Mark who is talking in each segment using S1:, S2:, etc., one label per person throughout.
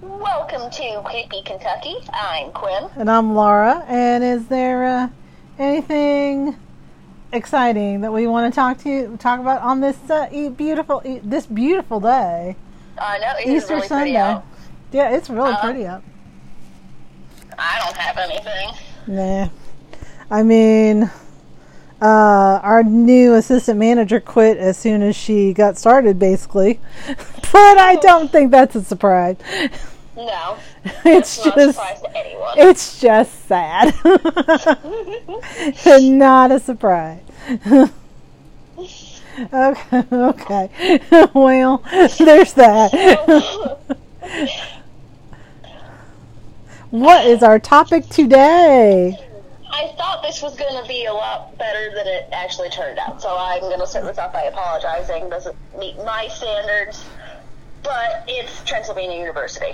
S1: Welcome to Creepy Kentucky. I'm Quinn.
S2: And I'm Laura. And is there uh, anything exciting that we want to talk to talk about on this uh, e- beautiful e- this beautiful day,
S1: I know it is
S2: Easter
S1: really pretty
S2: Sunday?
S1: out.
S2: Yeah, it's really
S1: Uh-huh.
S2: pretty up.
S1: I don't have anything.
S2: Nah, I mean, uh, our new assistant manager quit as soon as she got started, basically. but I
S1: Oh.
S2: don't think that's a surprise.
S1: No.
S2: It's
S1: Not a
S2: just
S1: surprise to anyone.
S2: it's just sad. Not a surprise. okay, okay. well, there's that. what is our topic today?
S1: I thought this was going to be a lot better than it actually turned out, so I'm going to set this off by apologizing. Doesn't meet my standards, but it's Transylvania University.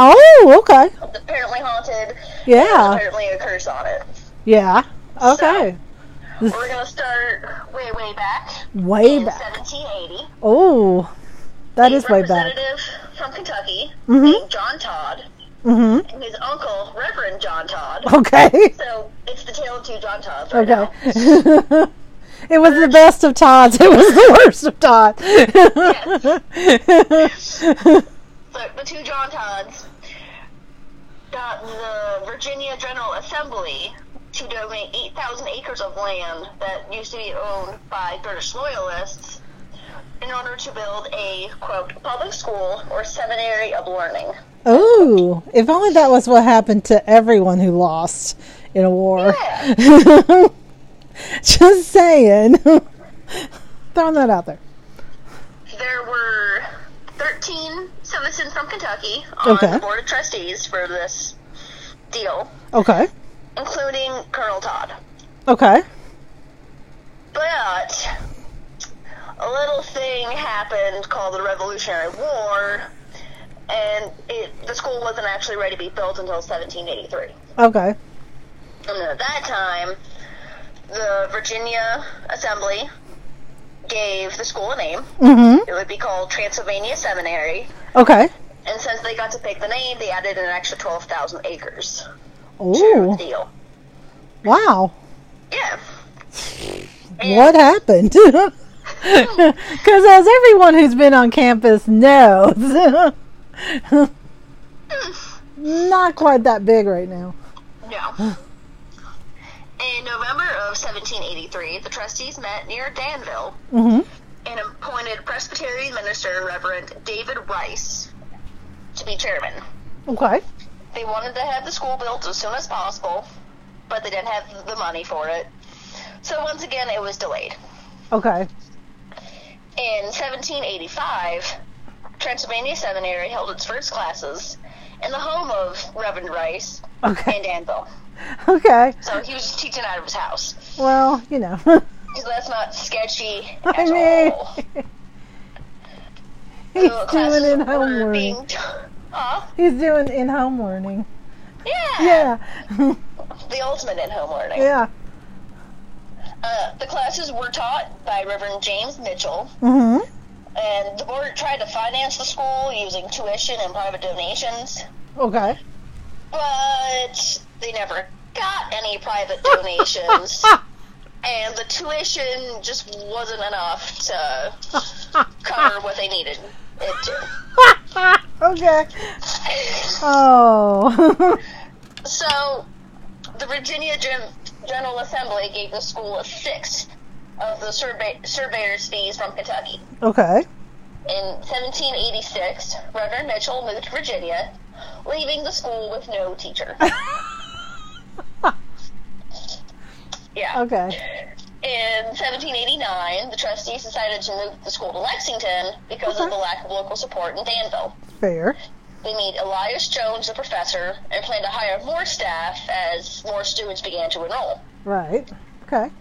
S2: Oh, okay.
S1: It's apparently haunted. There's
S2: Yeah,
S1: apparently a curse on it.
S2: yeah. Okay.
S1: We're going to start way, way back
S2: Way
S1: in
S2: back.
S1: 1780.
S2: Oh, that is
S1: a
S2: way back.
S1: representative from Kentucky
S2: Mhm.
S1: named John Todd
S2: Mhm.
S1: and his uncle, Reverend John Todd.
S2: Okay.
S1: So it's the tale of two John Todds right
S2: Okay.
S1: now.
S2: it was the best of Todd's. It was the worst of Todd.
S1: But the two John Todds got the Virginia General Assembly to donate 8,000 acres of land that used to be owned by British Loyalists in order to build a, quote, public school or seminary of learning.
S2: oh, if only that was what happened to everyone who lost in a war.
S1: Yeah.
S2: Just saying. Throwing that out there.
S1: There were 13 citizens from Kentucky on
S2: Okay.
S1: the Board of Trustees for this deal,
S2: Okay.
S1: including Colonel Todd.
S2: Okay.
S1: But a little thing happened called the Revolutionary War, and it, the school wasn't actually ready to be built until 1783.
S2: Okay.
S1: And at that time, the Virginia Assembly gave the school a name.
S2: Mhm.
S1: It would be called Transylvania Seminary.
S2: Okay.
S1: And since they got to pick the name, they added an extra 12,000 acres to the
S2: Oh,
S1: deal.
S2: wow.
S1: Yeah.
S2: What happened? Because as everyone who's been on campus knows, not quite that big right now.
S1: No. In November of 1783, the trustees met near Danville
S2: hmm
S1: and appointed Presbyterian minister Reverend David Rice to be chairman.
S2: Okay.
S1: They wanted to have the school built as soon as possible, but they didn't have the money for it. So once again, it was delayed.
S2: Okay.
S1: In 1785, Transylvania Seminary held its first classes in the home of Reverend Rice
S2: Okay.
S1: in Danville.
S2: Okay.
S1: So he was just teaching out of his house.
S2: Well, you know.
S1: Because that's not sketchy at
S2: I
S1: all.
S2: mean, he's
S1: So
S2: doing
S1: classes
S2: in
S1: were
S2: home learning.
S1: being t- Huh?
S2: He's doing in home learning.
S1: Yeah.
S2: Yeah.
S1: The ultimate in home learning.
S2: yeah.
S1: Uh, the classes were taught by Reverend James Mitchell,
S2: Mhm.
S1: and the board tried to finance the school using tuition and private donations,
S2: Okay.
S1: but they never got any private donations, and the tuition just wasn't enough to cover what they needed it to.
S2: okay. Oh.
S1: So, the Virginia Gen- General Assembly gave the school a sixth of the survey- surveyor's fees from Kentucky.
S2: okay.
S1: In 1786, Reverend Mitchell moved to Virginia, leaving the school with no teacher. yeah.
S2: Okay.
S1: In 1789, the trustees decided to move the school to Lexington because
S2: Okay.
S1: of the lack of local support in Danville.
S2: Fair.
S1: They made Elias Jones a professor and planned to hire more staff as more students began to enroll.
S2: Right. Okay.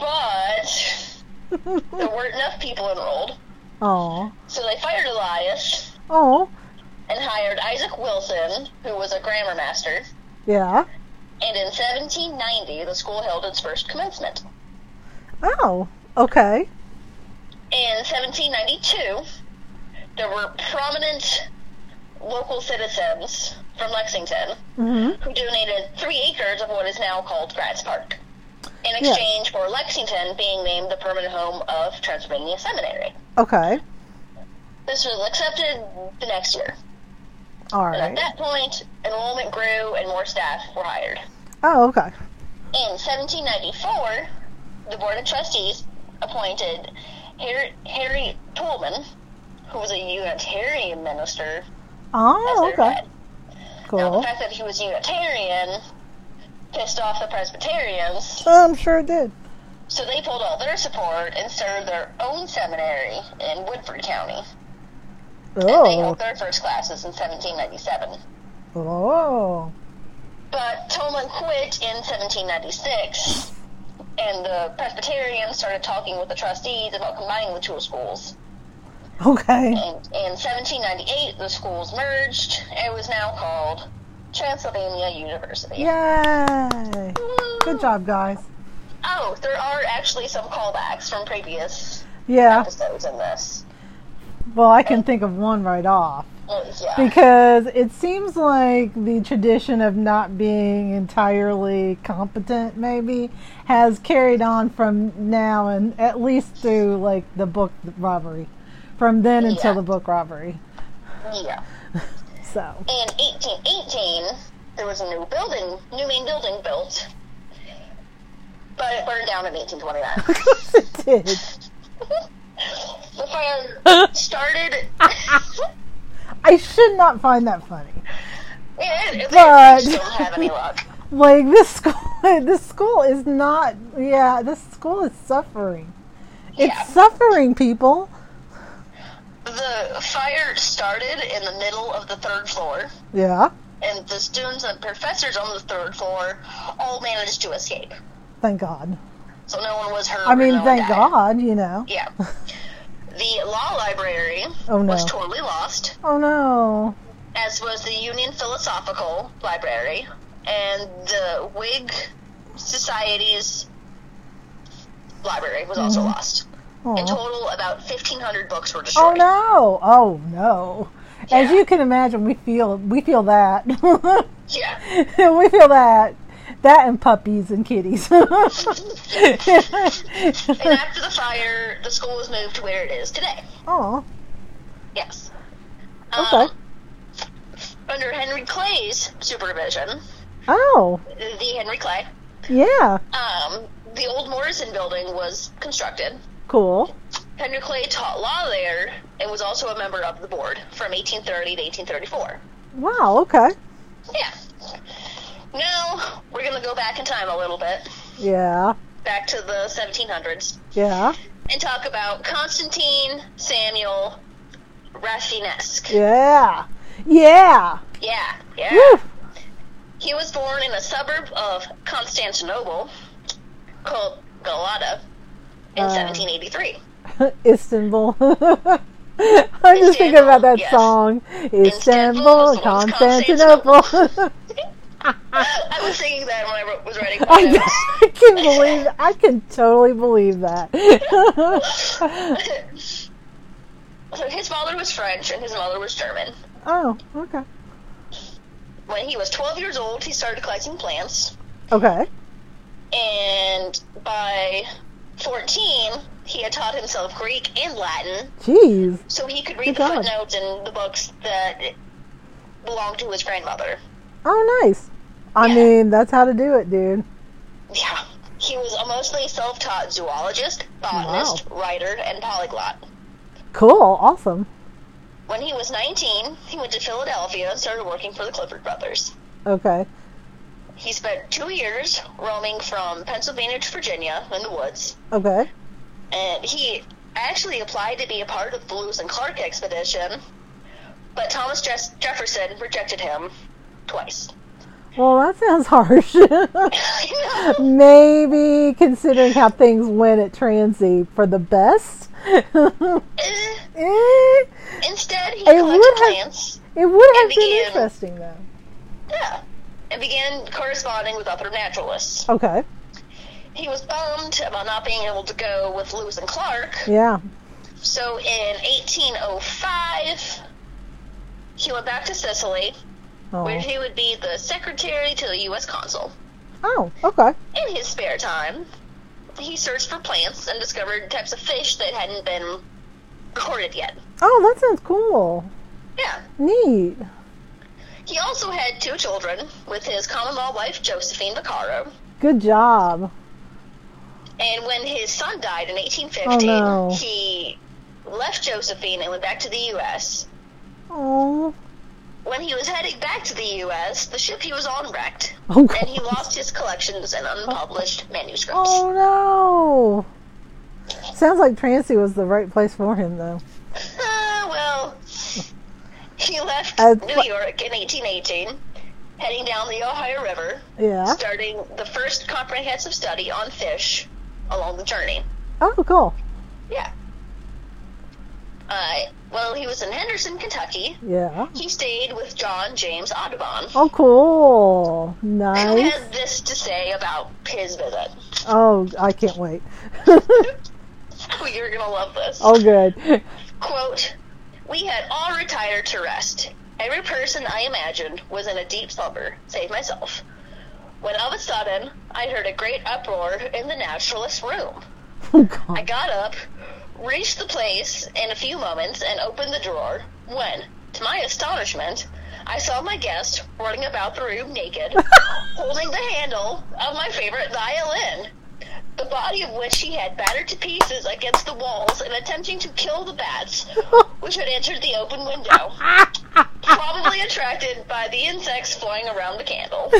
S1: But there weren't enough people enrolled,
S2: Oh.
S1: so they fired Elias
S2: Oh.
S1: and hired Isaac Wilson, who was a grammar master.
S2: Yeah.
S1: And in 1790, the school held its first commencement.
S2: Oh. Okay.
S1: In 1792, there were prominent local citizens from Lexington
S2: Mm-hmm.
S1: who donated three acres of what is now called Gratz Park in exchange for Lexington being named the permanent home of Transylvania Seminary.
S2: Okay.
S1: This was accepted the next year.
S2: All
S1: And
S2: right.
S1: at that point, enrollment grew and more staff were hired.
S2: Oh, okay.
S1: In 1794, the Board of Trustees appointed Harry, Harry Tolman, who was a Unitarian minister. as
S2: Oh,
S1: their
S2: okay.
S1: head. Now, the
S2: Cool.
S1: fact that he was Unitarian pissed off the Presbyterians,
S2: Oh, I'm sure it did.
S1: so they pulled all their support and started their own seminary in Woodford County. And they
S2: Oh.
S1: held their first classes in 1797.
S2: Oh.
S1: But Tolman quit in 1796, and the Presbyterians started talking with the trustees about combining the two schools.
S2: Okay.
S1: And in 1798, the schools merged. It was now called Transylvania University.
S2: Yay.
S1: Woo!
S2: Good job, guys.
S1: Oh, there are actually some callbacks from previous
S2: Yeah.
S1: episodes in this.
S2: Well, I can think of one right off.
S1: Well, yeah.
S2: because it seems like the tradition of not being entirely competent maybe has carried on from now and at least through like the book robbery from then until
S1: Yeah.
S2: the book robbery
S1: Yeah.
S2: so
S1: In 1818, there was a new building, new main building built, but it burned down in 1829.
S2: it did
S1: the fire started.
S2: i should not find that funny
S1: yeah, it,
S2: But-
S1: but... they don't have any luck.
S2: like this school this school is not yeah this school is suffering it's
S1: Yeah.
S2: suffering people
S1: The fire started in the middle of the third floor,
S2: yeah
S1: and the students and professors on the third floor all managed to escape.
S2: thank god
S1: So no one was hurt.
S2: i
S1: or
S2: mean
S1: no one
S2: thank
S1: died.
S2: god you know
S1: Yeah. The law library
S2: Oh, no.
S1: was totally lost,
S2: oh no
S1: as was the Union Philosophical Library and the Whig Society's library was also lost. In
S2: Mm-hmm. Aw.
S1: total, about 1,500 books were
S2: Oh
S1: destroyed.
S2: no! Oh no! As
S1: Yeah.
S2: you can imagine, we feel we feel that we
S1: Yeah.
S2: feel that that and puppies and kitties.
S1: And after the fire, the school was moved to where it is today. Uh,
S2: oh,
S1: Yes.
S2: okay.
S1: Um, under Henry Clay's supervision,
S2: Oh,
S1: the Henry Clay,
S2: yeah,
S1: um, the old Morrison building was constructed.
S2: cool.
S1: Henry Clay taught law there and was also a member of the board from 1830 to 1834.
S2: Wow. Okay.
S1: Yeah. Now, we're going to go back in time a little bit,
S2: Yeah.
S1: back to the 1700s.
S2: Yeah.
S1: and talk about Constantine Samuel Rafinesque.
S2: Yeah. Yeah.
S1: Yeah, yeah.
S2: Woo.
S1: He was born in a suburb of Constantinople called Galata in
S2: Uh.
S1: 1783.
S2: Istanbul. I'm just thinking
S1: Istanbul,
S2: about that
S1: yes.
S2: song.
S1: Istanbul
S2: Istanbul,
S1: is the one's
S2: Constantinople.
S1: I was singing that when I wrote- was writing my
S2: Ah. I,
S1: notes.
S2: I can believe. I can totally believe that.
S1: So his father was French and his mother was German.
S2: oh, okay,
S1: When he was 12 years old, he started collecting plants,
S2: okay.
S1: and by 14, he had taught himself Greek and Latin
S2: Jeez.
S1: so he could read
S2: Good
S1: the
S2: God.
S1: footnotes in the books that belonged to his grandmother.
S2: Oh, nice. I
S1: Yeah.
S2: mean, that's how to do it, dude.
S1: Yeah. He was a mostly self taught zoologist, botanist, writer, and polyglot.
S2: Cool. Awesome.
S1: When he was 19, he went to Philadelphia and started working for the Clifford Brothers.
S2: Okay.
S1: He spent two years roaming from Pennsylvania to Virginia in the woods,
S2: Okay.
S1: and he actually applied to be a part of the Lewis and Clark expedition, but Thomas Jes- Jefferson rejected him twice.
S2: Well, that sounds harsh.
S1: I know.
S2: Maybe considering how things went at Transy for the best.
S1: Eh.
S2: Eh,
S1: Instead, he
S2: It
S1: collected
S2: would have-
S1: plants.
S2: it would have been
S1: began.
S2: interesting, though.
S1: Yeah. And began corresponding with other naturalists.
S2: Okay.
S1: He was bummed about not being able to go with Lewis and Clark.
S2: Yeah.
S1: So in 1805, he he went back to Sicily, where
S2: Oh.
S1: he would be the secretary to the U.S. consul.
S2: Oh, okay.
S1: In his spare time, he searched for plants and discovered types of fish that hadn't been recorded yet.
S2: Oh, that sounds cool.
S1: Yeah.
S2: Neat.
S1: He also had two children with his common law wife, Josephine Vaccaro.
S2: Good job.
S1: And when his son died in 1815,
S2: Oh, no.
S1: he left Josephine and went back to the U.S.
S2: Oh.
S1: When he was heading back to the U.S., the ship he was on wrecked,
S2: Oh,
S1: and he
S2: God.
S1: lost his collections and unpublished manuscripts.
S2: Oh no. Sounds like Trancy was the right place for him though.
S1: Uh, well, he left
S2: Uh,
S1: New
S2: what-
S1: York in 1818, heading down the Ohio River,
S2: Yeah.
S1: starting the first comprehensive study on fish along the journey.
S2: Oh, cool.
S1: Yeah. Uh, well, he was in Henderson, Kentucky.
S2: Yeah.
S1: He stayed with John James Audubon,
S2: Oh, cool.
S1: who
S2: Nice.
S1: had this to say about his visit.
S2: Oh, I can't wait.
S1: Oh, You're gonna love this.
S2: oh, good.
S1: Quote, We had all retired to rest. Every person I imagined was in a deep slumber, save myself. When of a sudden, I heard a great uproar in the naturalist's room.
S2: Oh,
S1: I
S2: God.
S1: got up, reached the place in a few moments, and opened the drawer. When, to my astonishment, I saw my guest running about the room naked, holding the handle of my favorite violin, the body of which he had battered to pieces against the walls in attempting to kill the bats, which had entered the open window, probably attracted by the insects flying around the candle.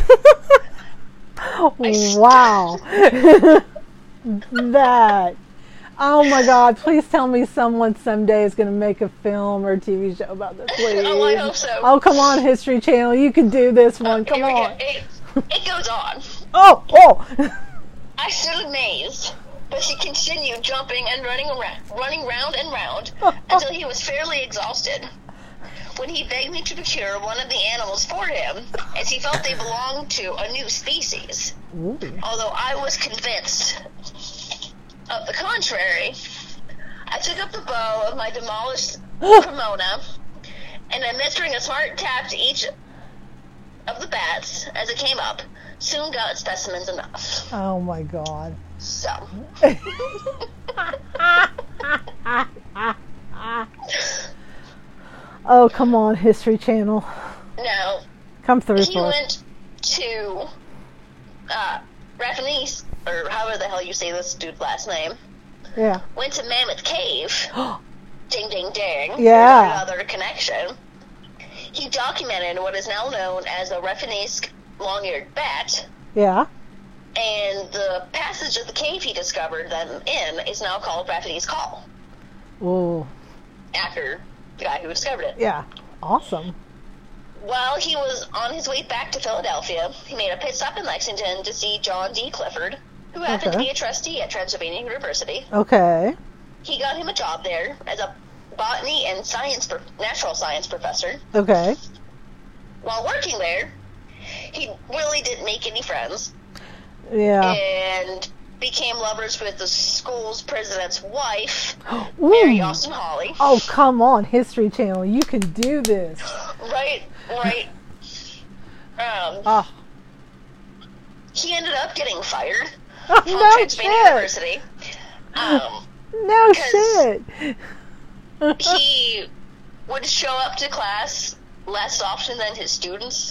S2: Wow. that. Oh my God! Please tell me someone someday is going to make a film or TV show about this. Please.
S1: Oh, I hope so. Oh,
S2: Oh, come on, History Channel, you can do this one. Come
S1: Here we go.
S2: on.
S1: It, it goes on.
S2: Oh, oh.
S1: I stood amazed, but he continued jumping and running around, running round and round until he was fairly exhausted. When he begged me to procure one of the animals for him, as he felt they belonged to a new species,
S2: oh.
S1: although I was convinced of the contrary, I took up the bow of my demolished Cremona and administering a smart tap to each of the bats as it came up, soon got specimens enough.
S2: Oh my god.
S1: So.
S2: Oh, come on, History Channel.
S1: no,
S2: Come through
S1: he
S2: for us.
S1: went to uh, Raphanis, or however the hell you say this dude's last name,
S2: Yeah.
S1: went to Mammoth Cave. ding, ding, ding.
S2: Yeah.
S1: There's Another connection. He documented what is now known as the Raphanis long-eared bat,
S2: Yeah.
S1: and the passage of the cave he discovered them in is now called Raphanis Call,
S2: Whoa.
S1: after the guy who discovered it.
S2: Yeah. Awesome.
S1: While he was on his way back to Philadelphia, he made a pit stop in Lexington to see John D. Clifford, who happened to
S2: Okay.
S1: be a trustee at Transylvania University.
S2: Okay.
S1: He got him a job there as a botany and science pro- natural science professor.
S2: Okay.
S1: While working there, he really didn't make any friends
S2: Yeah.
S1: and became lovers with the school's president's wife, Mary
S2: Ooh.
S1: Austin Holly.
S2: Oh, come on, History Channel. You can do this.
S1: Right, right. Um,
S2: Oh,
S1: he ended up getting fired from
S2: no
S1: Transylvania
S2: shit.
S1: University. Um,
S2: No
S1: 'Cause-
S2: shit.
S1: he would show up to class less often than his students.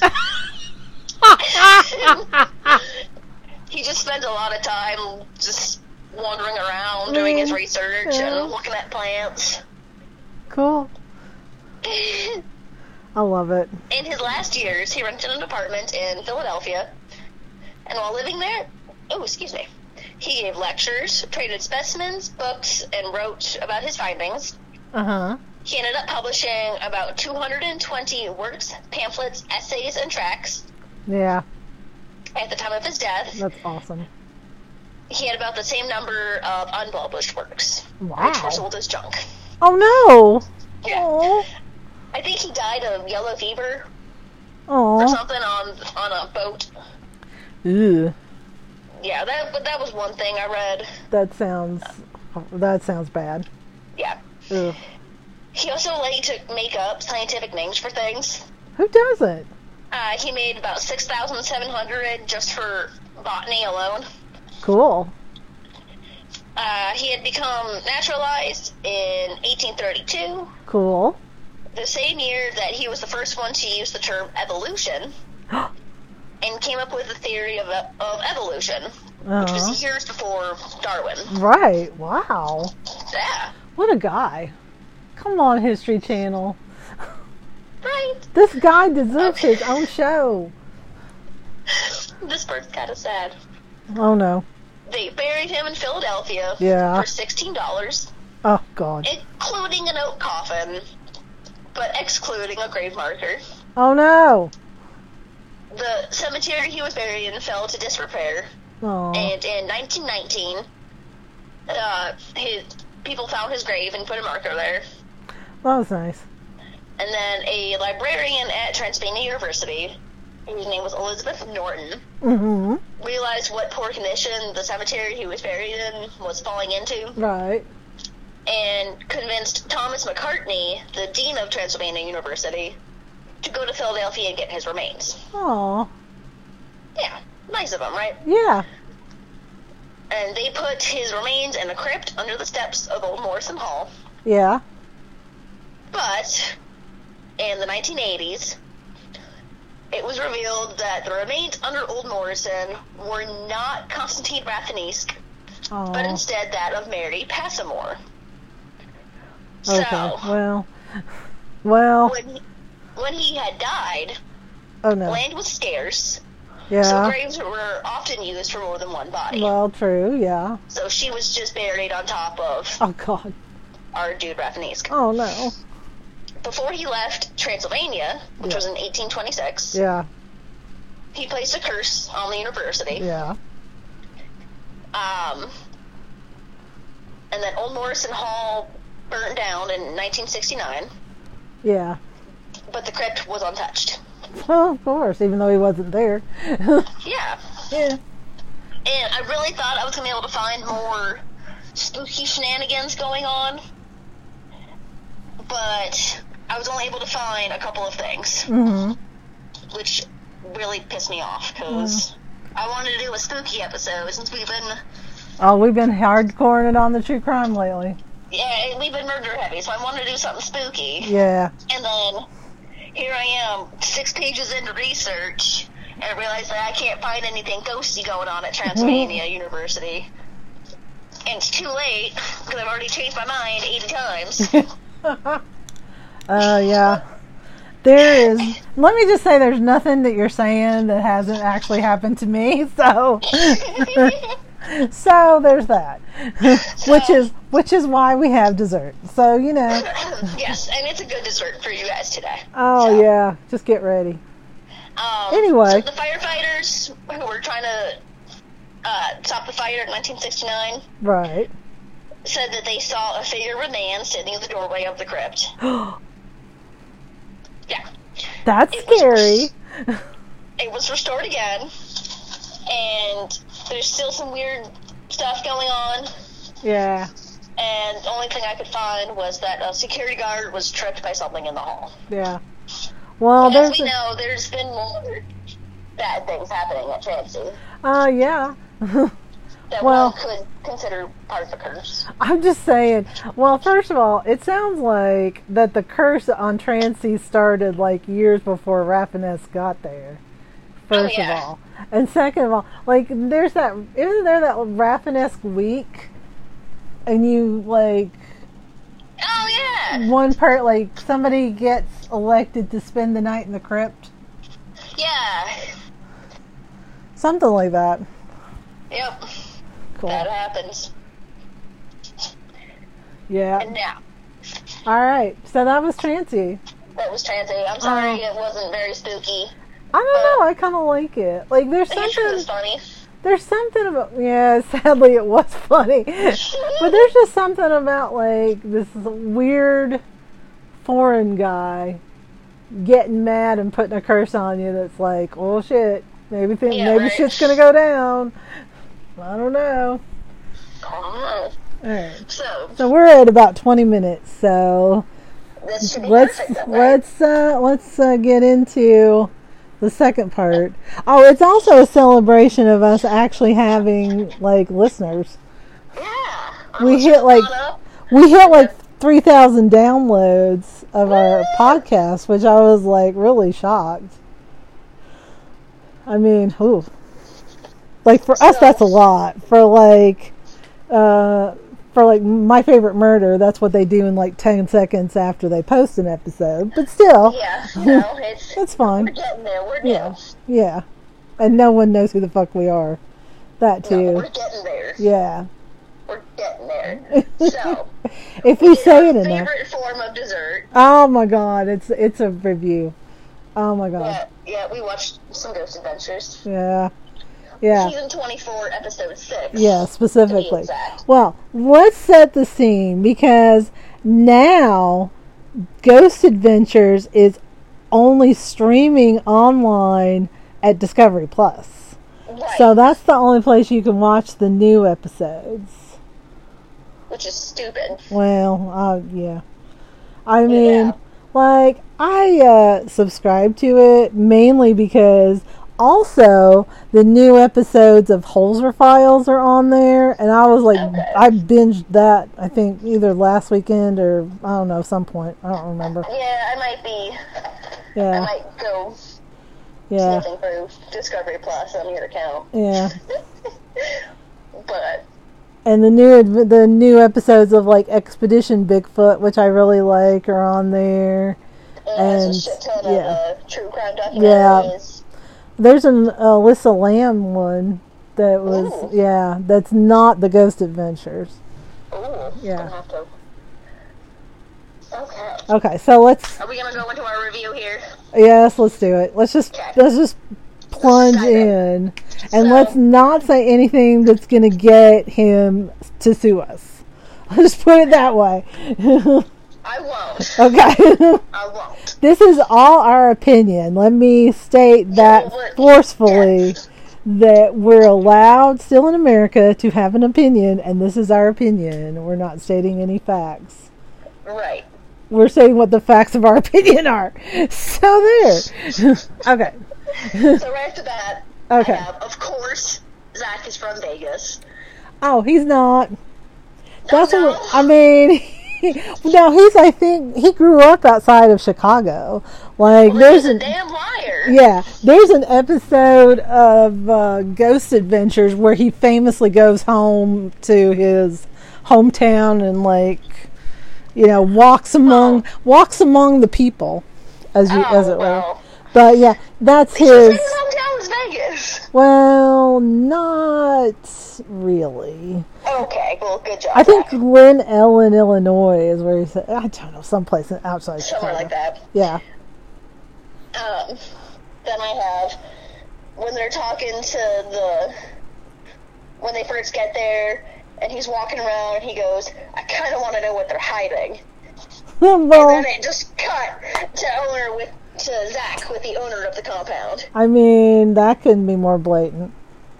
S1: he just spent a lot of time just wandering around doing his research
S2: Yeah.
S1: and looking at plants.
S2: Cool.
S1: In
S2: I love it.
S1: his last years, he rented an apartment in Philadelphia, and while living there, oh, excuse me, he gave lectures, traded specimens, books, and wrote about his findings.
S2: Uh huh.
S1: He ended up publishing about 220 works, pamphlets, essays, and tracts.
S2: Yeah.
S1: At the time of his death,
S2: That's awesome.
S1: he had about the same number of unpublished works, which were
S2: Wow.
S1: sold as junk.
S2: Oh no.
S1: Yeah.
S2: Oh.
S1: I think he died of yellow fever or
S2: Oh.
S1: something on on a boat.
S2: Ew.
S1: Yeah, that but that was one thing I read.
S2: That sounds. That sounds bad.
S1: Yeah.
S2: Ugh.
S1: He also liked to make up scientific names for things.
S2: Who does it?
S1: Uh, he made about 6,700 just for botany alone.
S2: Cool.
S1: Uh, he had become naturalized in 1832,
S2: Cool.
S1: the same year that he was the first one to use the term evolution, and came up with the theory of, of evolution, which
S2: Uh-huh.
S1: was years before Darwin.
S2: Right. Wow.
S1: Yeah,
S2: What a guy. Come on, History Channel.
S1: right?
S2: This guy deserves his own show.
S1: This bird's kind of sad.
S2: Oh no.
S1: They buried him in Philadelphia
S2: Yeah.
S1: for $16,
S2: Oh god.
S1: including an oak coffin, but excluding a grave marker.
S2: Oh no.
S1: The cemetery he was buried in fell to disrepair,
S2: Oh.
S1: and in 1919, uh, his people found his grave and put a marker there.
S2: That was nice.
S1: And then a librarian at Transylvania University, whose name was Elizabeth Norton,
S2: hmm
S1: realized what poor condition the cemetery he was buried in was falling into,
S2: Right.
S1: and convinced Thomas McCartney, the dean of Transylvania University, to go to Philadelphia and get his remains.
S2: Oh.
S1: Yeah, nice of him, right?
S2: Yeah.
S1: and they put his remains in a crypt under the steps of Old Morrison Hall.
S2: Yeah.
S1: But in the 1980s, it was revealed that the remains under Old Morrison were not Constantine Rathanesk, but
S2: Oh.
S1: instead that of Mary Passamore.
S2: Okay.
S1: So
S2: Well. Well.
S1: when he, when he had died,
S2: Oh no.
S1: land was scarce, so
S2: Yeah.
S1: graves were often used for more than one body.
S2: Well, true. Yeah.
S1: So she was just buried on top of
S2: Oh god.
S1: our dude Rathanesk.
S2: Oh no.
S1: before he left Transylvania, which
S2: Yeah.
S1: was in 1826,
S2: Yeah.
S1: he placed a curse on the university.
S2: Yeah.
S1: Um, and then Old Morrison Hall burnt down in 1969,
S2: Yeah.
S1: but the crypt was untouched.
S2: Well, of course, even though he wasn't there.
S1: Yeah.
S2: yeah.
S1: And I really thought I was going to be able to find more spooky shenanigans going on, but I was only able to find a couple of things.
S2: hmm
S1: which really pissed me off because I wanted to do a spooky episode since we've been
S2: Oh, we've been hardcoring it on the true crime lately.
S1: yeah we've been murder heavy, so I wanted to do something spooky.
S2: Yeah.
S1: And then here I am, six pages into research, and I realized that I can't find anything ghosty going on at Transylvania University. And it's too late because I've already changed my mind eighty times.
S2: uh, Oh, yeah. There is. Let me just say, there's nothing that you're saying that hasn't actually happened to me. So, so there's that, which is which is why we have dessert. So you know.
S1: yes, and it's a good dessert for you guys today.
S2: Oh yeah, just get ready.
S1: Um,
S2: Anyway.
S1: so the firefighters who were trying to uh, stop the fire in 1969
S2: Right.
S1: said that they saw a figure of a man standing in the doorway of the crypt. yeah,
S2: That's scary.
S1: it was restored again, and there's still some weird stuff going on.
S2: Yeah.
S1: And the only thing I could find was that a security guard was tripped by something in the hall.
S2: Yeah. Well,
S1: As
S2: there's.
S1: we know, there's been more bad things happening at Transy
S2: Uh, yeah.
S1: that
S2: Well-
S1: one could consider part of the curse.
S2: I'm just saying. Well, first of all, it sounds like that the curse on Transy started like years before Raphanes got there. First
S1: yeah.
S2: of all, and second of all, like there's that isn't there that Raphanesque week, and you like
S1: Oh yeah.
S2: one part like somebody gets elected to spend the night in the crypt,
S1: Yeah.
S2: something like that.
S1: Yep. That
S2: Cool.
S1: happens. And
S2: Yeah.
S1: now,
S2: All right. So that was Transy.
S1: that was transit. I'm sorry
S2: Um,
S1: it wasn't very spooky.
S2: I don't know. I kind of like it. Like there's
S1: Uh, I think it
S2: something.
S1: was funny.
S2: there's something about yeah sadly it was funny but there's just something about like this weird foreign guy getting mad and putting a curse on you that's like oh shit maybe thi-
S1: Yeah,
S2: maybe
S1: right.
S2: shit's gonna go down i don't know
S1: Oh,
S2: all right
S1: So,
S2: so we're at about 20 minutes so
S1: This should be
S2: let's
S1: perfect. that night.
S2: let's uh let's uh, get into the second part. Oh, it's also a celebration of us actually having like listeners.
S1: Yeah.
S2: We
S1: Unless
S2: hit,
S1: you
S2: like-
S1: wanna-
S2: We hit like 3,000 downloads of our podcast, which I was like really shocked. I mean, who? Like for us, that's a lot. For like, uh, for like my favorite murder, that's what they do in like 10 seconds after they post an episode. But still,
S1: Yeah. No, it's
S2: it's fine.
S1: we're getting there. We're yeah.
S2: Yeah. Yeah. And no one knows who the fuck we are. That
S1: No,
S2: too.
S1: we're getting there.
S2: Yeah.
S1: We're getting there. So,
S2: If we say it
S1: favorite
S2: enough.
S1: form of dessert.
S2: Oh my god, it's it's a review. Oh my god.
S1: Yeah, yeah, we watched some Ghost Adventures.
S2: Yeah. Yeah.
S1: Season 24, episode 6.
S2: Yeah, specifically.
S1: exact.
S2: Well, let's set the scene because now Ghost Adventures is only streaming online at Discovery Plus.
S1: Right.
S2: So that's the only place you can watch the new episodes.
S1: which is stupid.
S2: Well, uh, yeah. I mean,
S1: Yeah.
S2: like, I uh, subscribe to it mainly because also the new episodes of Holzer Files are on there, and I was like,
S1: Okay.
S2: I binged that, I think, either last weekend or I don't know, some point. I don't remember.
S1: Yeah, I might be. I
S2: Yeah,
S1: might go
S2: yeah,
S1: sniffing through Discovery Plus on your account.
S2: yeah.
S1: But,
S2: And the new adv- the new episodes of like Expedition Bigfoot, which I really like, are on there.
S1: and there's a
S2: And,
S1: shit ton
S2: yeah.
S1: of uh, true crime
S2: Yeah.
S1: documentaries.
S2: There's an Alyssa Lamb one that was
S1: Ooh.
S2: yeah, that's not the Ghost Adventures.
S1: Ooh,
S2: Yeah.
S1: gonna have to. Okay.
S2: Okay, so let's
S1: Are we gonna go into our review here?
S2: yes, let's do it. Let's just
S1: Okay.
S2: let's just plunge
S1: dive in.
S2: in and
S1: So-
S2: let's not say anything that's going to get him to sue us. Let's put it that way.
S1: I won't.
S2: okay.
S1: I won't.
S2: this is all our opinion. Let me state that
S1: but-
S2: forcefully that we're allowed still in America to have an opinion, and this is our opinion. We're not stating any facts.
S1: Right.
S2: We're saying what the facts of our opinion are. So there. okay.
S1: So right off the bat, I
S2: Okay.
S1: have, of course, Zach is from Vegas.
S2: Oh, he's not. That's
S1: no.
S2: what I mean. no, he's. I think he grew up outside of Chicago. Like there's
S1: He's a
S2: an
S1: damn liar.
S2: Yeah, there's an episode of uh, Ghost Adventures where he famously goes home to his hometown and like, you know, walks among walks among the people, as you as
S1: Oh,
S2: it were.
S1: well.
S2: But yeah, that's
S1: His
S2: his.
S1: hometown is Vegas.
S2: Well, not really.
S1: Okay, well, good job.
S2: I think
S1: Zach.
S2: Lynn Ellen, Illinois, is where he said. I don't know, someplace outside.
S1: somewhere
S2: Chicago.
S1: like that.
S2: Yeah.
S1: Um, then I have when they're talking to the when they first get there, and he's walking around, and he goes, "I kind of want to know what they're hiding."
S2: well,
S1: And it just cut to owner with to Zach with the owner of the compound.
S2: I mean that couldn't be more blatant.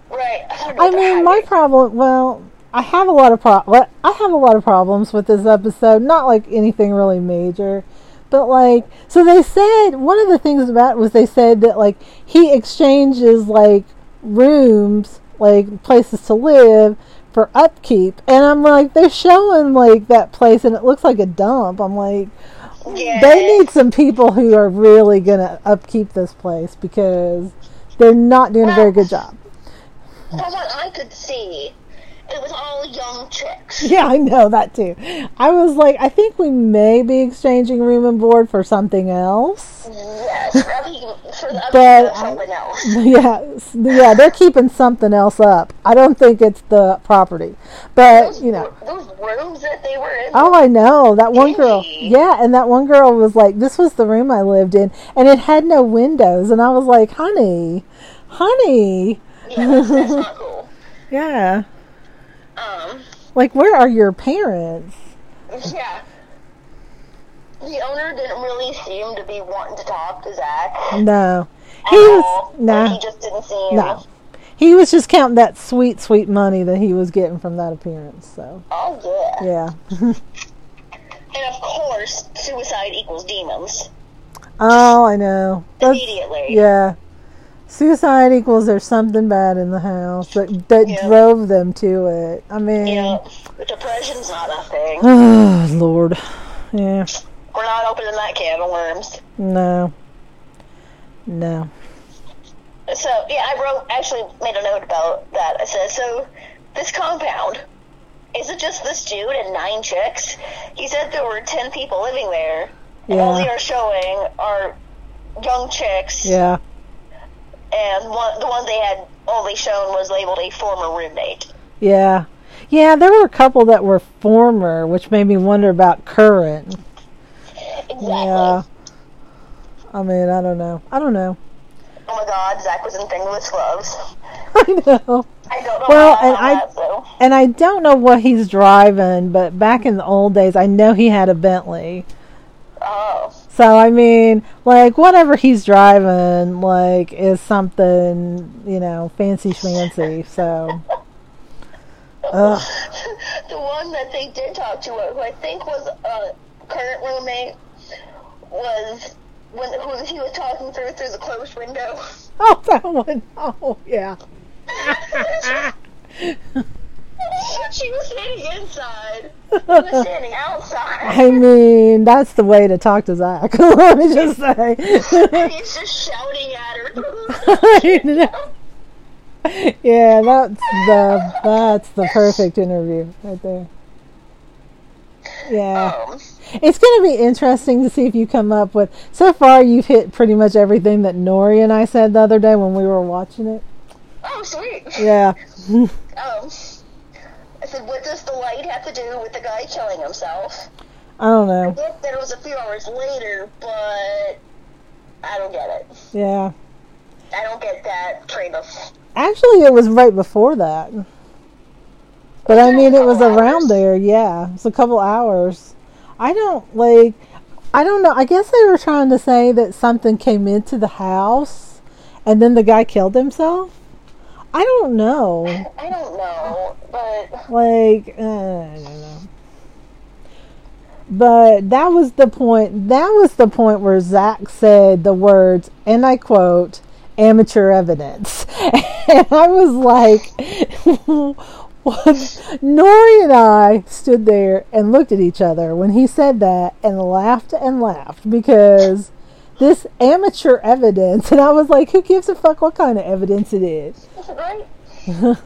S1: Right. I, don't know
S2: I
S1: what they're
S2: mean, my
S1: hiding.
S2: problem. Well, I have a lot of pro. what- I have a lot of problems with this episode. Not like anything really major, but like so they said one of the things about it was they said that like he exchanges like rooms, like places to live for upkeep, and I'm like they're showing like that place and it looks like a dump. I'm like
S1: Yeah.
S2: they need some people who are really gonna upkeep this place because they're not doing a very good job.
S1: From what I could see, it was all young chicks.
S2: Yeah, I know that too. I was like, I think we may be exchanging room and board for something else.
S1: Yes, for, other- for the
S2: But-
S1: other something else.
S2: yeah, s- yeah, they're keeping something else up. I don't think it's the property, but
S1: Those,
S2: you know.
S1: those rooms that they were in.
S2: Oh, I know that one girl.
S1: Really?
S2: Yeah, and that one girl was like, "This was the room I lived in, and it had no windows." And I was like, "Honey, honey,
S1: Yeah, that's, that's not cool.
S2: yeah,
S1: Um,
S2: like where are your parents?"
S1: yeah. The owner didn't really seem to be wanting to talk to Zach.
S2: No,
S1: at
S2: he was
S1: all. Like,
S2: nah.
S1: He just didn't seem.
S2: No. He was just counting that sweet, sweet money that he was getting from that appearance. So,
S1: Oh yeah.
S2: yeah.
S1: Oh, And of course, suicide equals demons.
S2: Oh, I know. That's,
S1: Immediately.
S2: yeah. Suicide equals there's something bad in the house that that
S1: Yeah.
S2: drove them to it. I mean,
S1: You know, depression's not a thing.
S2: oh Lord, yeah,
S1: We're not opening that can of worms.
S2: no, no.
S1: So yeah, I wrote actually made a note about that. I said, so this compound is it just this dude and nine chicks? He said there were ten people living there. And all
S2: Yeah.
S1: they are showing are young chicks,
S2: Yeah,
S1: and one, the one they had only shown was labeled a former roommate.
S2: yeah, yeah. There were a couple that were former, which made me wonder about current.
S1: Exactly.
S2: Yeah. I mean, I don't know. I don't know.
S1: Oh my God, Zach was in fingerless gloves.
S2: I know.
S1: I don't know.
S2: Well,
S1: why
S2: and
S1: I,
S2: I-
S1: that, so.
S2: And I don't know what he's driving, but back in the old days, I know he had a Bentley.
S1: Oh,
S2: So I mean, like whatever he's driving, like is something you know fancy schmancy. So, Ugh.
S1: the one that they did talk to, who I think was a current roommate, was when who he was talking through through the closed window.
S2: oh that one, oh yeah,
S1: she was standing inside. He was standing outside.
S2: I mean that's the way to talk to Zach. Let me just say,
S1: He's just shouting at her.
S2: I know. yeah, that's the that's the perfect interview right there. Yeah.
S1: Um,
S2: It's going to be interesting to see if you come up with. So far, you've hit pretty much everything that Nori and I said the other day when we were watching it.
S1: oh, sweet.
S2: Yeah.
S1: Um, I said, what does the light have to do with the guy killing himself?
S2: I don't know.
S1: Yep, that it was a few hours later, but I don't get it.
S2: Yeah.
S1: I don't get that train of.
S2: Actually, it was right before that. But I
S1: it a
S2: mean, it was
S1: couple
S2: around
S1: hours?
S2: there. Yeah. It's a couple hours. I don't like. I don't know. I guess they were trying to say that something came into the house and then the guy killed himself. I don't know.
S1: I don't know, but
S2: Like, uh, I don't know. But that was the point. That was the point where Zach said the words, and I quote, amateur evidence. and I was like, what? Nori and I stood there and looked at each other when he said that and laughed and laughed because this amateur evidence. And I was like, who gives a fuck what kind of evidence it is?
S1: right? oh,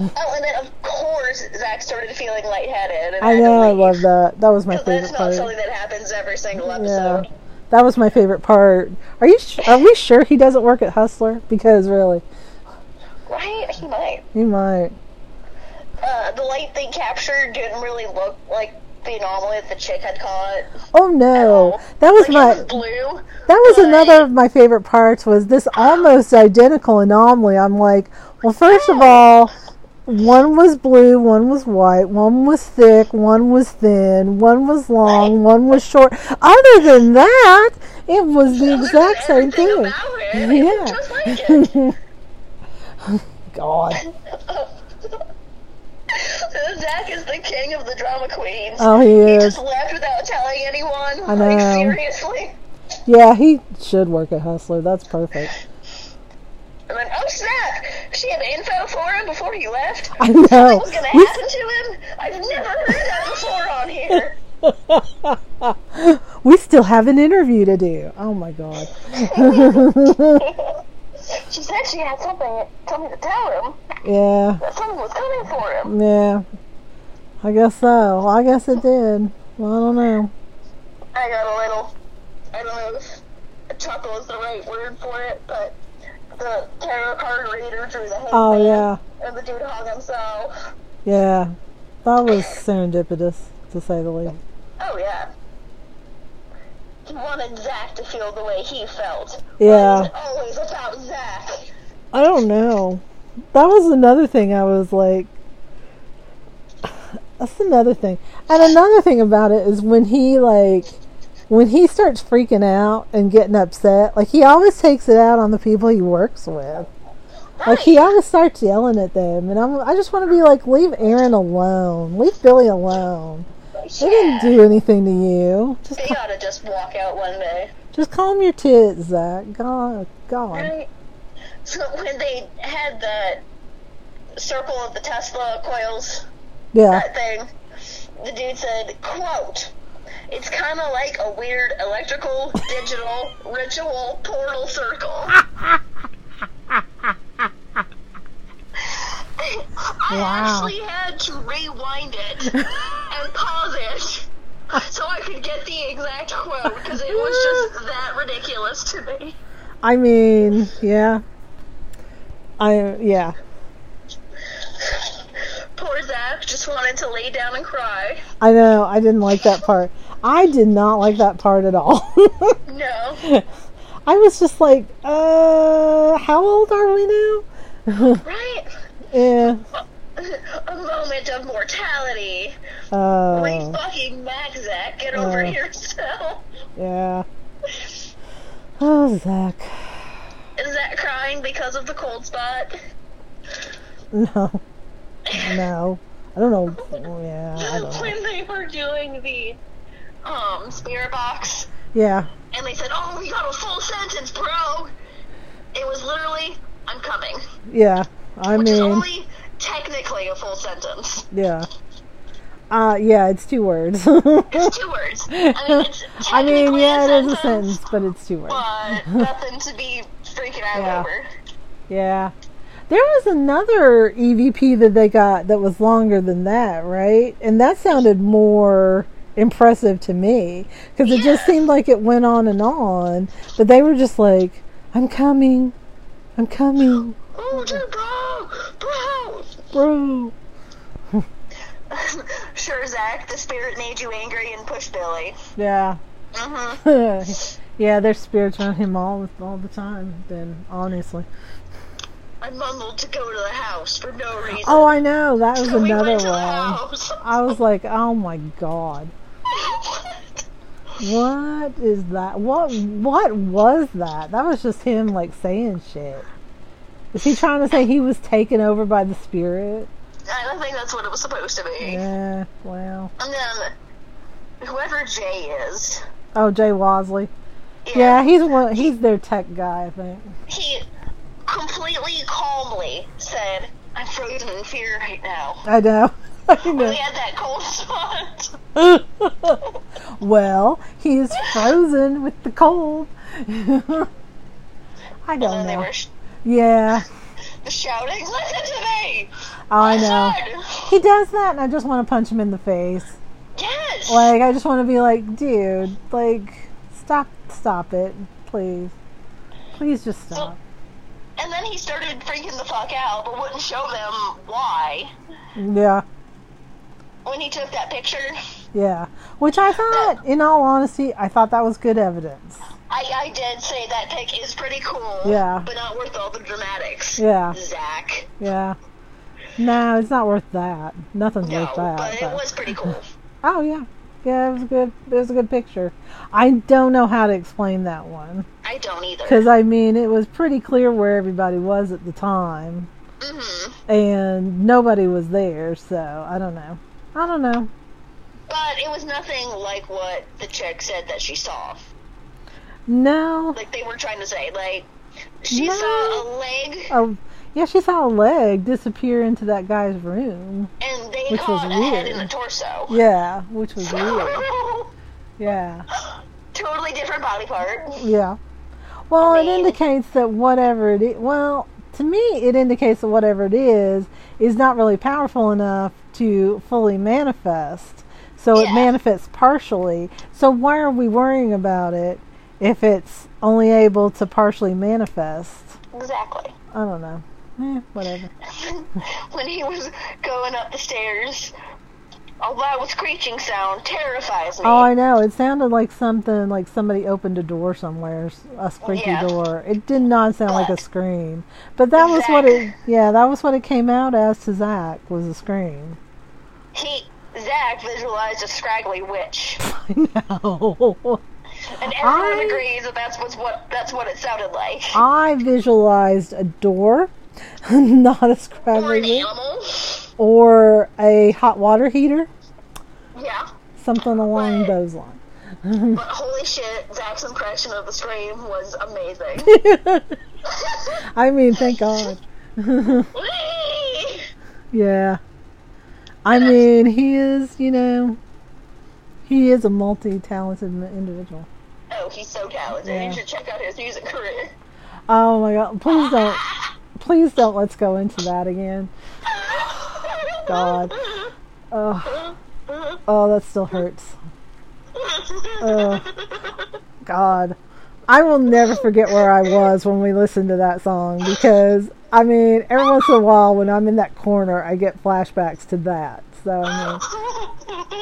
S1: and then of course Zach started feeling lightheaded. And
S2: I
S1: had to
S2: know, I
S1: leave.
S2: love that. That was my favorite
S1: That's
S2: part.
S1: not something that happens every single
S2: Yeah,
S1: episode.
S2: that was my favorite part. Are you? Sh- are we sure he doesn't work at Hustler? Because really,
S1: Right? He might.
S2: he might.
S1: Uh, the light they captured didn't really look like the anomaly that the chick had caught.
S2: Oh no,
S1: Oh,
S2: that was
S1: like it
S2: my
S1: was blue.
S2: that was
S1: but-
S2: another of my favorite parts. Was this almost identical anomaly? I'm like, well, first of all. One was blue, one was white, one was thick, one was thin, one was long, one was short. Other than that, it was the
S1: Looked
S2: exact
S1: at
S2: same
S1: everything
S2: thing.
S1: About it. It looked
S2: Yeah.
S1: just like it.
S2: God.
S1: Zach is the king of the drama queens.
S2: Oh, he
S1: He
S2: is.
S1: just left without telling anyone.
S2: I
S1: Like,
S2: know.
S1: seriously?
S2: Yeah, he should work at Hustler. That's perfect.
S1: And then, oh snap! She had info for him before he left?
S2: I know.
S1: What's gonna
S2: We-
S1: happen to him? I've never heard that before on here.
S2: we still have an interview to do. Oh my god.
S1: She said she had something, something to tell him
S2: Yeah,
S1: that someone was coming for him.
S2: yeah. I guess so. Well, I guess it did. Well, I don't know. Mm.
S1: I got a little, I don't know if chuckle is the right word for it, but the tarot card reader drew the headband
S2: Oh yeah,
S1: and the dude hung himself.
S2: yeah. That was serendipitous to say the least.
S1: Oh yeah. He wanted Zach to feel the way he felt.
S2: Yeah.
S1: It's always about Zach.
S2: I don't know. That was another thing I was like. That's another thing. And another thing about it is when he, like, when he starts freaking out and getting upset, like, he always takes it out on the people he works with. Like, he always starts yelling at them. And I'm, I just want to be like, leave Aaron alone. Leave Billy alone. They didn't do anything to you. Just
S1: They ought to just walk out one day.
S2: just calm your tits, Zach. Go, go on.
S1: Right? So when they had that circle of the Tesla coils,
S2: Yeah.
S1: that thing, the dude said, quote, it's kind of like a weird electrical, digital, ritual portal circle. I
S2: Wow.
S1: actually had to rewind it and pause it so I could get the exact quote because it was just that ridiculous to me.
S2: I mean, yeah. I yeah.
S1: Poor Zach just wanted to lay down and cry.
S2: I know. I didn't like that part. I did not like that part at all.
S1: No.
S2: I was just like, uh, how old are we now? Eh,
S1: Right?
S2: yeah.
S1: A moment of mortality. Wait,
S2: Oh,
S1: fucking Mac, Zach, get over yourself.
S2: yeah. Oh, Zach.
S1: Is that crying because of the cold spot?
S2: No. No. I don't know. Yeah. I don't know.
S1: when they were doing the um spirit box,
S2: Yeah.
S1: and they said, "Oh, you got a full sentence, bro." It was literally, "I'm coming,"
S2: Yeah. I
S1: which is
S2: mean,
S1: only technically a full sentence.
S2: yeah. Uh, yeah, it's two words.
S1: It's two words. I mean, it's
S2: I mean,
S1: technically
S2: yeah,
S1: a
S2: it
S1: sentence,
S2: is a sentence, but it's two words.
S1: but nothing to be freaking out
S2: Yeah.
S1: over.
S2: Yeah. There was another EVP that they got that was longer than that, right? And that sounded more impressive to me because it just seemed like it went on and on, but they were just like, I'm coming, I'm coming,
S1: Oh, dude, bro, bro.
S2: bro.
S1: Sure, Zach, the spirit made you angry and pushed Billy.
S2: Yeah.
S1: Mm-hmm.
S2: yeah, there's spirits around him all, all the time, then, honestly.
S1: I mumbled to go to the house for no reason.
S2: Oh, I know, that was
S1: we
S2: another
S1: went to the
S2: one.
S1: house.
S2: I was like, oh my god. What is that? What what was that? That was just him like saying shit. Is he trying to say he was taken over by the spirit?
S1: I don't think that's what it was supposed to be.
S2: Yeah, well.
S1: And then whoever Jay is,
S2: Oh, Jay Wasley. Yeah,
S1: yeah,
S2: he's one he's their tech guy, I think.
S1: he completely calmly said, "I'm frozen in fear right now."
S2: I know. I
S1: We
S2: know.
S1: had that cold spot.
S2: well, he is frozen with the cold. I
S1: And
S2: don't
S1: then they
S2: know.
S1: were sh-
S2: Yeah,
S1: shouting, "Listen to me!"
S2: I know.
S1: Listen!"
S2: He does that and I just want to punch him in the face.
S1: Yes.
S2: Like, I just want to be like, dude, like, stop, stop it, please, please just stop.
S1: And then he started freaking the fuck out, but wouldn't show them why. Oh.
S2: Yeah,
S1: When he took that picture,
S2: yeah. Which I thought, in all honesty, I thought that was good evidence.
S1: I, I did say that pic is pretty cool.
S2: Yeah.
S1: But not worth all the dramatics.
S2: Yeah.
S1: Zach.
S2: Yeah. No, it's not worth that. Nothing's
S1: No,
S2: worth that.
S1: but it
S2: but-
S1: was pretty cool.
S2: Oh yeah, yeah. It was a good. It was a good picture. I don't know how to explain that one
S1: I don't either.
S2: because I mean, it was pretty clear where everybody was at the time,
S1: hmm
S2: and nobody was there. So I don't know. I don't know.
S1: But it was nothing like what the chick said that she saw.
S2: No.
S1: Like they were trying to say, like she
S2: No.
S1: saw a leg
S2: Oh, yeah, she saw a leg disappear into that guy's room.
S1: and they
S2: Which was
S1: caught a head
S2: weird.
S1: and a torso.
S2: Yeah, which was weird. Yeah,
S1: totally different body part.
S2: yeah. Well, it
S1: mean-
S2: indicates that whatever it is, well, to me, it indicates that whatever it is is not really powerful enough to fully manifest. So it
S1: Yeah.
S2: manifests partially. So why are we worrying about it if it's only able to partially manifest?
S1: Exactly.
S2: I don't know. Eh, whatever.
S1: when he was going up the stairs, a loud screeching sound terrifies me.
S2: Oh, I know. It sounded like something like somebody opened a door somewhere, s- a squeaky
S1: Yeah.
S2: door. It did not sound like a
S1: But-
S2: scream, but that was what it.
S1: Zach.
S2: Yeah, that was what it came out as to Zach was a scream.
S1: he Zach visualized a scraggly witch,
S2: I know.
S1: and everyone
S2: I-
S1: agrees that that's what's what that's what it sounded like.
S2: I visualized a door, not a
S1: Or
S2: scrabbly
S1: an
S2: wheel,
S1: animal.
S2: or a hot water heater.
S1: Yeah.
S2: something along
S1: What?
S2: those lines. Hmm.
S1: But holy shit, Zach's impression of the scream was amazing.
S2: I mean, thank God.
S1: Whee!
S2: Yeah. I mean, he is, you know, he is a multi-talented m- individual.
S1: oh, he's so talented.
S2: Yeah.
S1: You should check out his music career.
S2: Oh my God! Please don't, please don't. Let's go into that again. God. Oh, oh, that still hurts. God. I will never forget where I was when we listened to that song because I mean, every once in a while when I'm in that corner, I get flashbacks to that. So I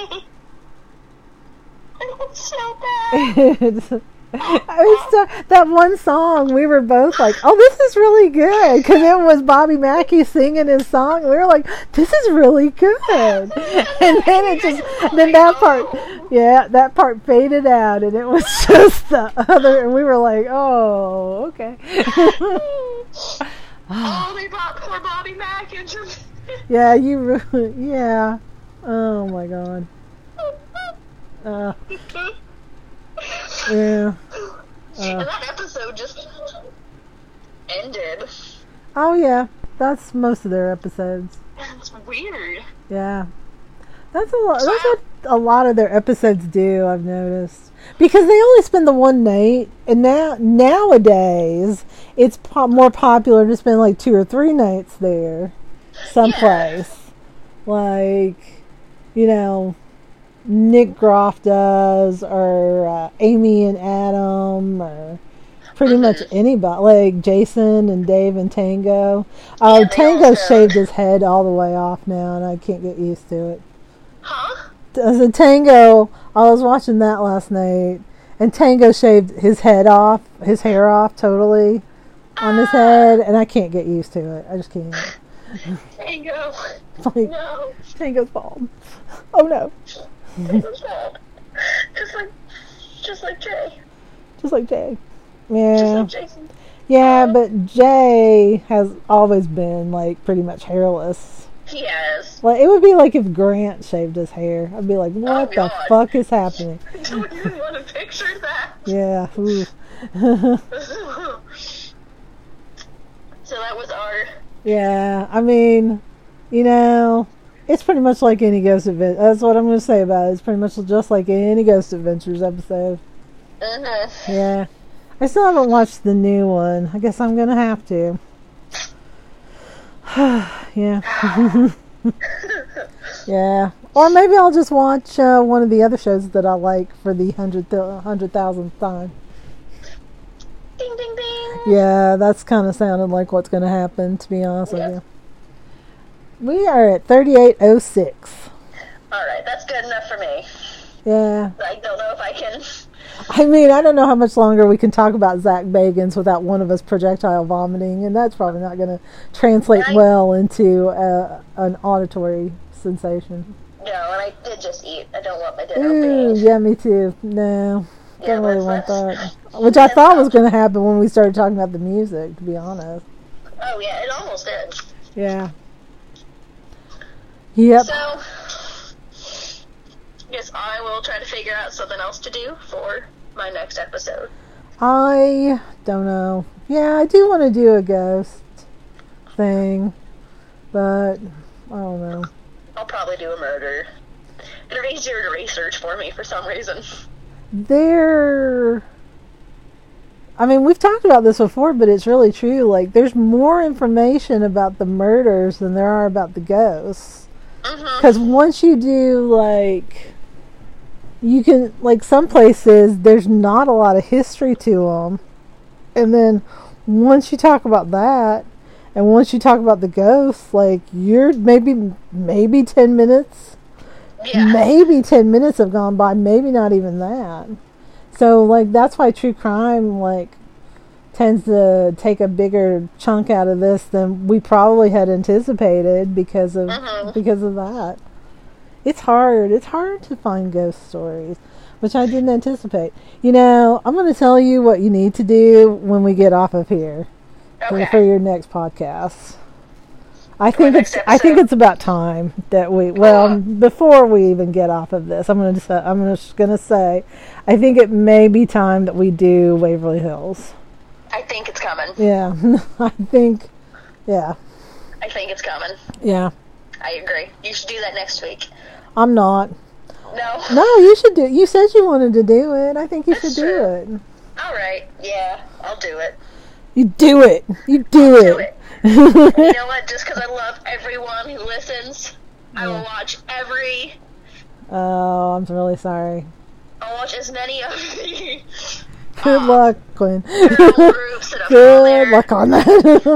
S1: It's so bad.
S2: mean, it's, I was so- that one song we were both like, "Oh, this is really good," because it was Bobby Mackey singing his song. We were like, "This is really good," and then it just then that part, yeah, that part faded out, and it was just the other, and we were like, "Oh, okay."
S1: oh, they brought poor Bobby Mack into.
S2: Yeah, you. Really, yeah. Oh my god. Uh, yeah.
S1: and that episode just ended.
S2: Oh yeah. That's most of their episodes.
S1: It's weird.
S2: Yeah. That's a lot. That's what a lot of their episodes do. I've noticed because they only spend the one night, and now nowadays it's po- more popular to spend like two or three nights there, someplace. Like, you know, Nick Groff does, or uh, Amy and Adam, or pretty much
S1: Mm-hmm.
S2: anybody. Like Jason and Dave and Tango. Oh,
S1: Yeah, they
S2: Tango
S1: also-
S2: shaved his head all the way off now, and I can't get used to it.
S1: Huh?
S2: As a Tango, I was watching that last night, and Tango shaved his head off, his hair off totally on his head, and I can't get used to it. I just can't.
S1: Tango.
S2: It's like,
S1: No.
S2: Tango's bald. Oh no.
S1: Tango's bald. Just like, just like Jay.
S2: Just like Jay.
S1: Just
S2: Yeah.
S1: like Jason.
S2: Yeah, but Jay has always been, like, pretty much hairless.
S1: He has.
S2: Like, it would be like if Grant shaved his hair. I'd be like, what the
S1: God.
S2: fuck is happening?
S1: Don't even want to picture that.
S2: Yeah. ooh.
S1: so that was our.
S2: Yeah, I mean, you know, it's pretty much like any ghost adventure. That's what I'm going to say about it. It's pretty much just like any ghost adventures episode.
S1: Uh-huh.
S2: Yeah, I still haven't watched the new one. I guess I'm going to have to. yeah, yeah. Or maybe I'll just watch uh, one of the other shows that I like for the hundred hundred thousandth time.
S1: ding ding ding.
S2: Yeah, that's kind of sounded like what's going to happen, to be honest with you. We are at 3806.
S1: All right, that's good enough for me.
S2: Yeah.
S1: I don't know if I can.
S2: I mean, I don't know how much longer we can talk about Zach Bagans without one of us projectile vomiting, and that's probably not going to translate
S1: Right.
S2: well into uh, an auditory sensation.
S1: No, and I did just eat. I don't want my dinner
S2: Ooh,
S1: being.
S2: Mm, yeah, me too. No,
S1: Yeah,
S2: don't really want
S1: let's-
S2: that. Which I thought was going to happen when we started talking about the music, to be honest.
S1: Oh yeah, it almost did.
S2: Yeah. Yep.
S1: So, guess I will try to figure out something else to do for my next episode.
S2: I don't know. Yeah, I do want to do a ghost thing, but I don't know.
S1: I'll probably do a murder. They're easier to research for me for some reason.
S2: There. I mean, we've talked about this before, but it's really true. Like, there's more information about the murders than there are about the ghosts.
S1: Mm-hmm.
S2: Because once you do, like, you can, like, some places, there's not a lot of history to them. And then once you talk about that, and once you talk about the ghosts, like, you're maybe, maybe 10 minutes,
S1: Yeah.
S2: maybe 10 minutes have gone by, maybe not even that. So, like, that's why true crime, like, tends to take a bigger chunk out of this than we probably had anticipated because of
S1: Mhm.
S2: because of that. It's hard. It's hard to find ghost stories, which I didn't anticipate. You know, I'm going to tell you what you need to do when we get off of here for-
S1: Okay.
S2: for your next podcast. I think it's I think it's about time that we well before we even get off of this I'm going to I'm just going to say I think it may be time that we do Waverly Hills.
S1: I think it's coming.
S2: Yeah. I think yeah.
S1: I think it's coming.
S2: Yeah.
S1: I agree. You should do that next week.
S2: I'm not.
S1: No.
S2: No, you should do you said you wanted to do it. I think you
S1: That's
S2: should
S1: true.
S2: do it.
S1: All right. Yeah, I'll do it.
S2: You do it. You do
S1: Do
S2: it.
S1: it. you know what? Just because I love everyone who listens, I will watch every.
S2: Oh, I'm really sorry.
S1: I'll watch as many of the
S2: Good luck, Quinn.
S1: girl groups that I've
S2: Good
S1: there
S2: luck on that.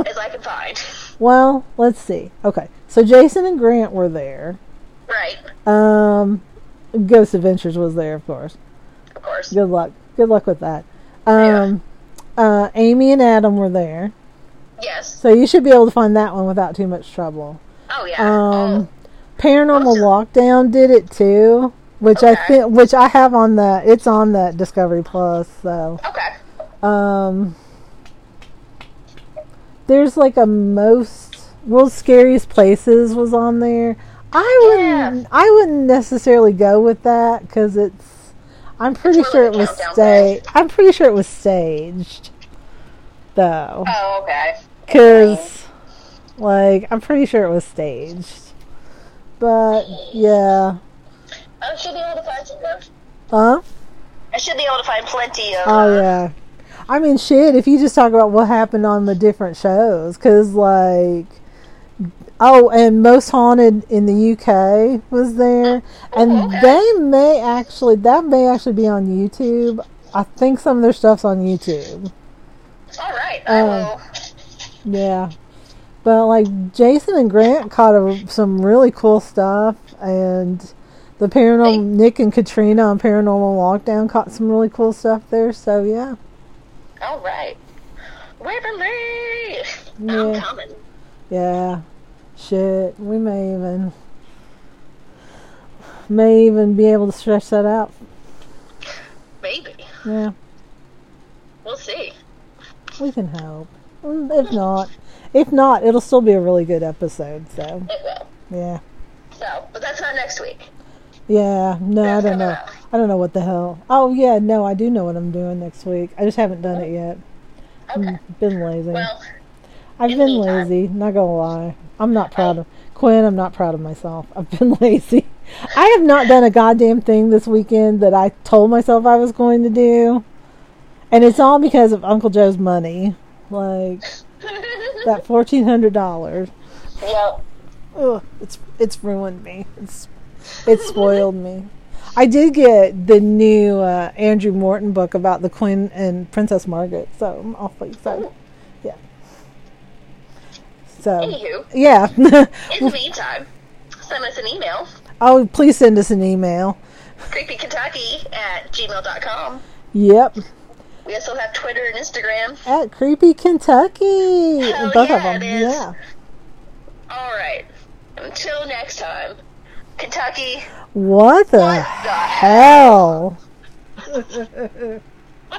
S1: as I can find.
S2: well, let's see. Okay. So Jason and Grant were there.
S1: Right.
S2: Um, Ghost Adventures was there, of course.
S1: Of course.
S2: Good luck. Good luck with that. Um, uh, Amy and Adam were there,
S1: Yes.
S2: so you should be able to find that one without too much trouble.
S1: Oh yeah.
S2: Um,
S1: oh,
S2: Paranormal Lockdown did it too, which I
S1: Okay.
S2: think, which I have on the, it's on the Discovery Plus. So,
S1: Oh, okay.
S2: um, there's like a most world's scariest places was on there. I wouldn't,
S1: Yeah.
S2: I wouldn't necessarily go with that because it's. I'm pretty
S1: It's
S2: sure
S1: really
S2: it was
S1: countdown
S2: sta- I'm pretty sure it was staged, though,
S1: Oh okay.
S2: because like I'm pretty sure it was staged. But yeah,
S1: I should be able to find some of-
S2: huh?
S1: I should be able to find plenty of.
S2: Oh yeah. I mean, shit. If you just talk about what happened on the different shows, because like, oh, and most haunted in the UK was there, and
S1: Okay.
S2: they may actually that may actually be on YouTube. I think some of their stuff's on YouTube.
S1: All right. I
S2: Um,
S1: will.
S2: Yeah, but like Jason and Grant caught a, some really cool stuff, and the paranormal Nick and Katrina on Paranormal Lockdown caught some really cool stuff there. So yeah,
S1: All right. Wait for me.
S2: Yeah.
S1: I'm coming.
S2: Yeah. Shit. We may even may even be able to stretch that out.
S1: Maybe.
S2: Yeah.
S1: We'll see.
S2: We can hope. Mm, If not, if not, it'll still be a really good episode. So
S1: It will.
S2: yeah.
S1: So, but that's not next week.
S2: Yeah. No, I
S1: That's
S2: don't
S1: coming
S2: know.
S1: up.
S2: I don't know what the hell. Oh yeah. No, I do know what I'm doing next week. I just haven't done it yet.
S1: Okay.
S2: Been lazy.
S1: Well,
S2: I've
S1: in the
S2: been
S1: meantime-
S2: lazy. Not gonna lie. I'm not proud of Quinn. I'm not proud of myself. I've been lazy. I have not done a goddamn thing this weekend that I told myself I was going to do, and it's all because of Uncle Joe's money, like that fourteen hundred dollars.
S1: well,
S2: Ugh, it's it's ruined me. It's it's spoiled me. I did get the new uh, Andrew Morton book about the Queen and Princess Margaret, so I'm awfully excited. Yeah. So
S1: anywho,
S2: yeah.
S1: in the meantime, send us an email,
S2: oh, please send us an email.
S1: creepykentucky at gmail.com.
S2: Yep,
S1: We also have Twitter and Instagram.
S2: at Creepy Kentucky.
S1: Hell
S2: Both of
S1: yeah,
S2: them.
S1: it is.
S2: Yeah.
S1: All right. Until next time, Kentucky.
S2: What the
S1: What the
S2: hell?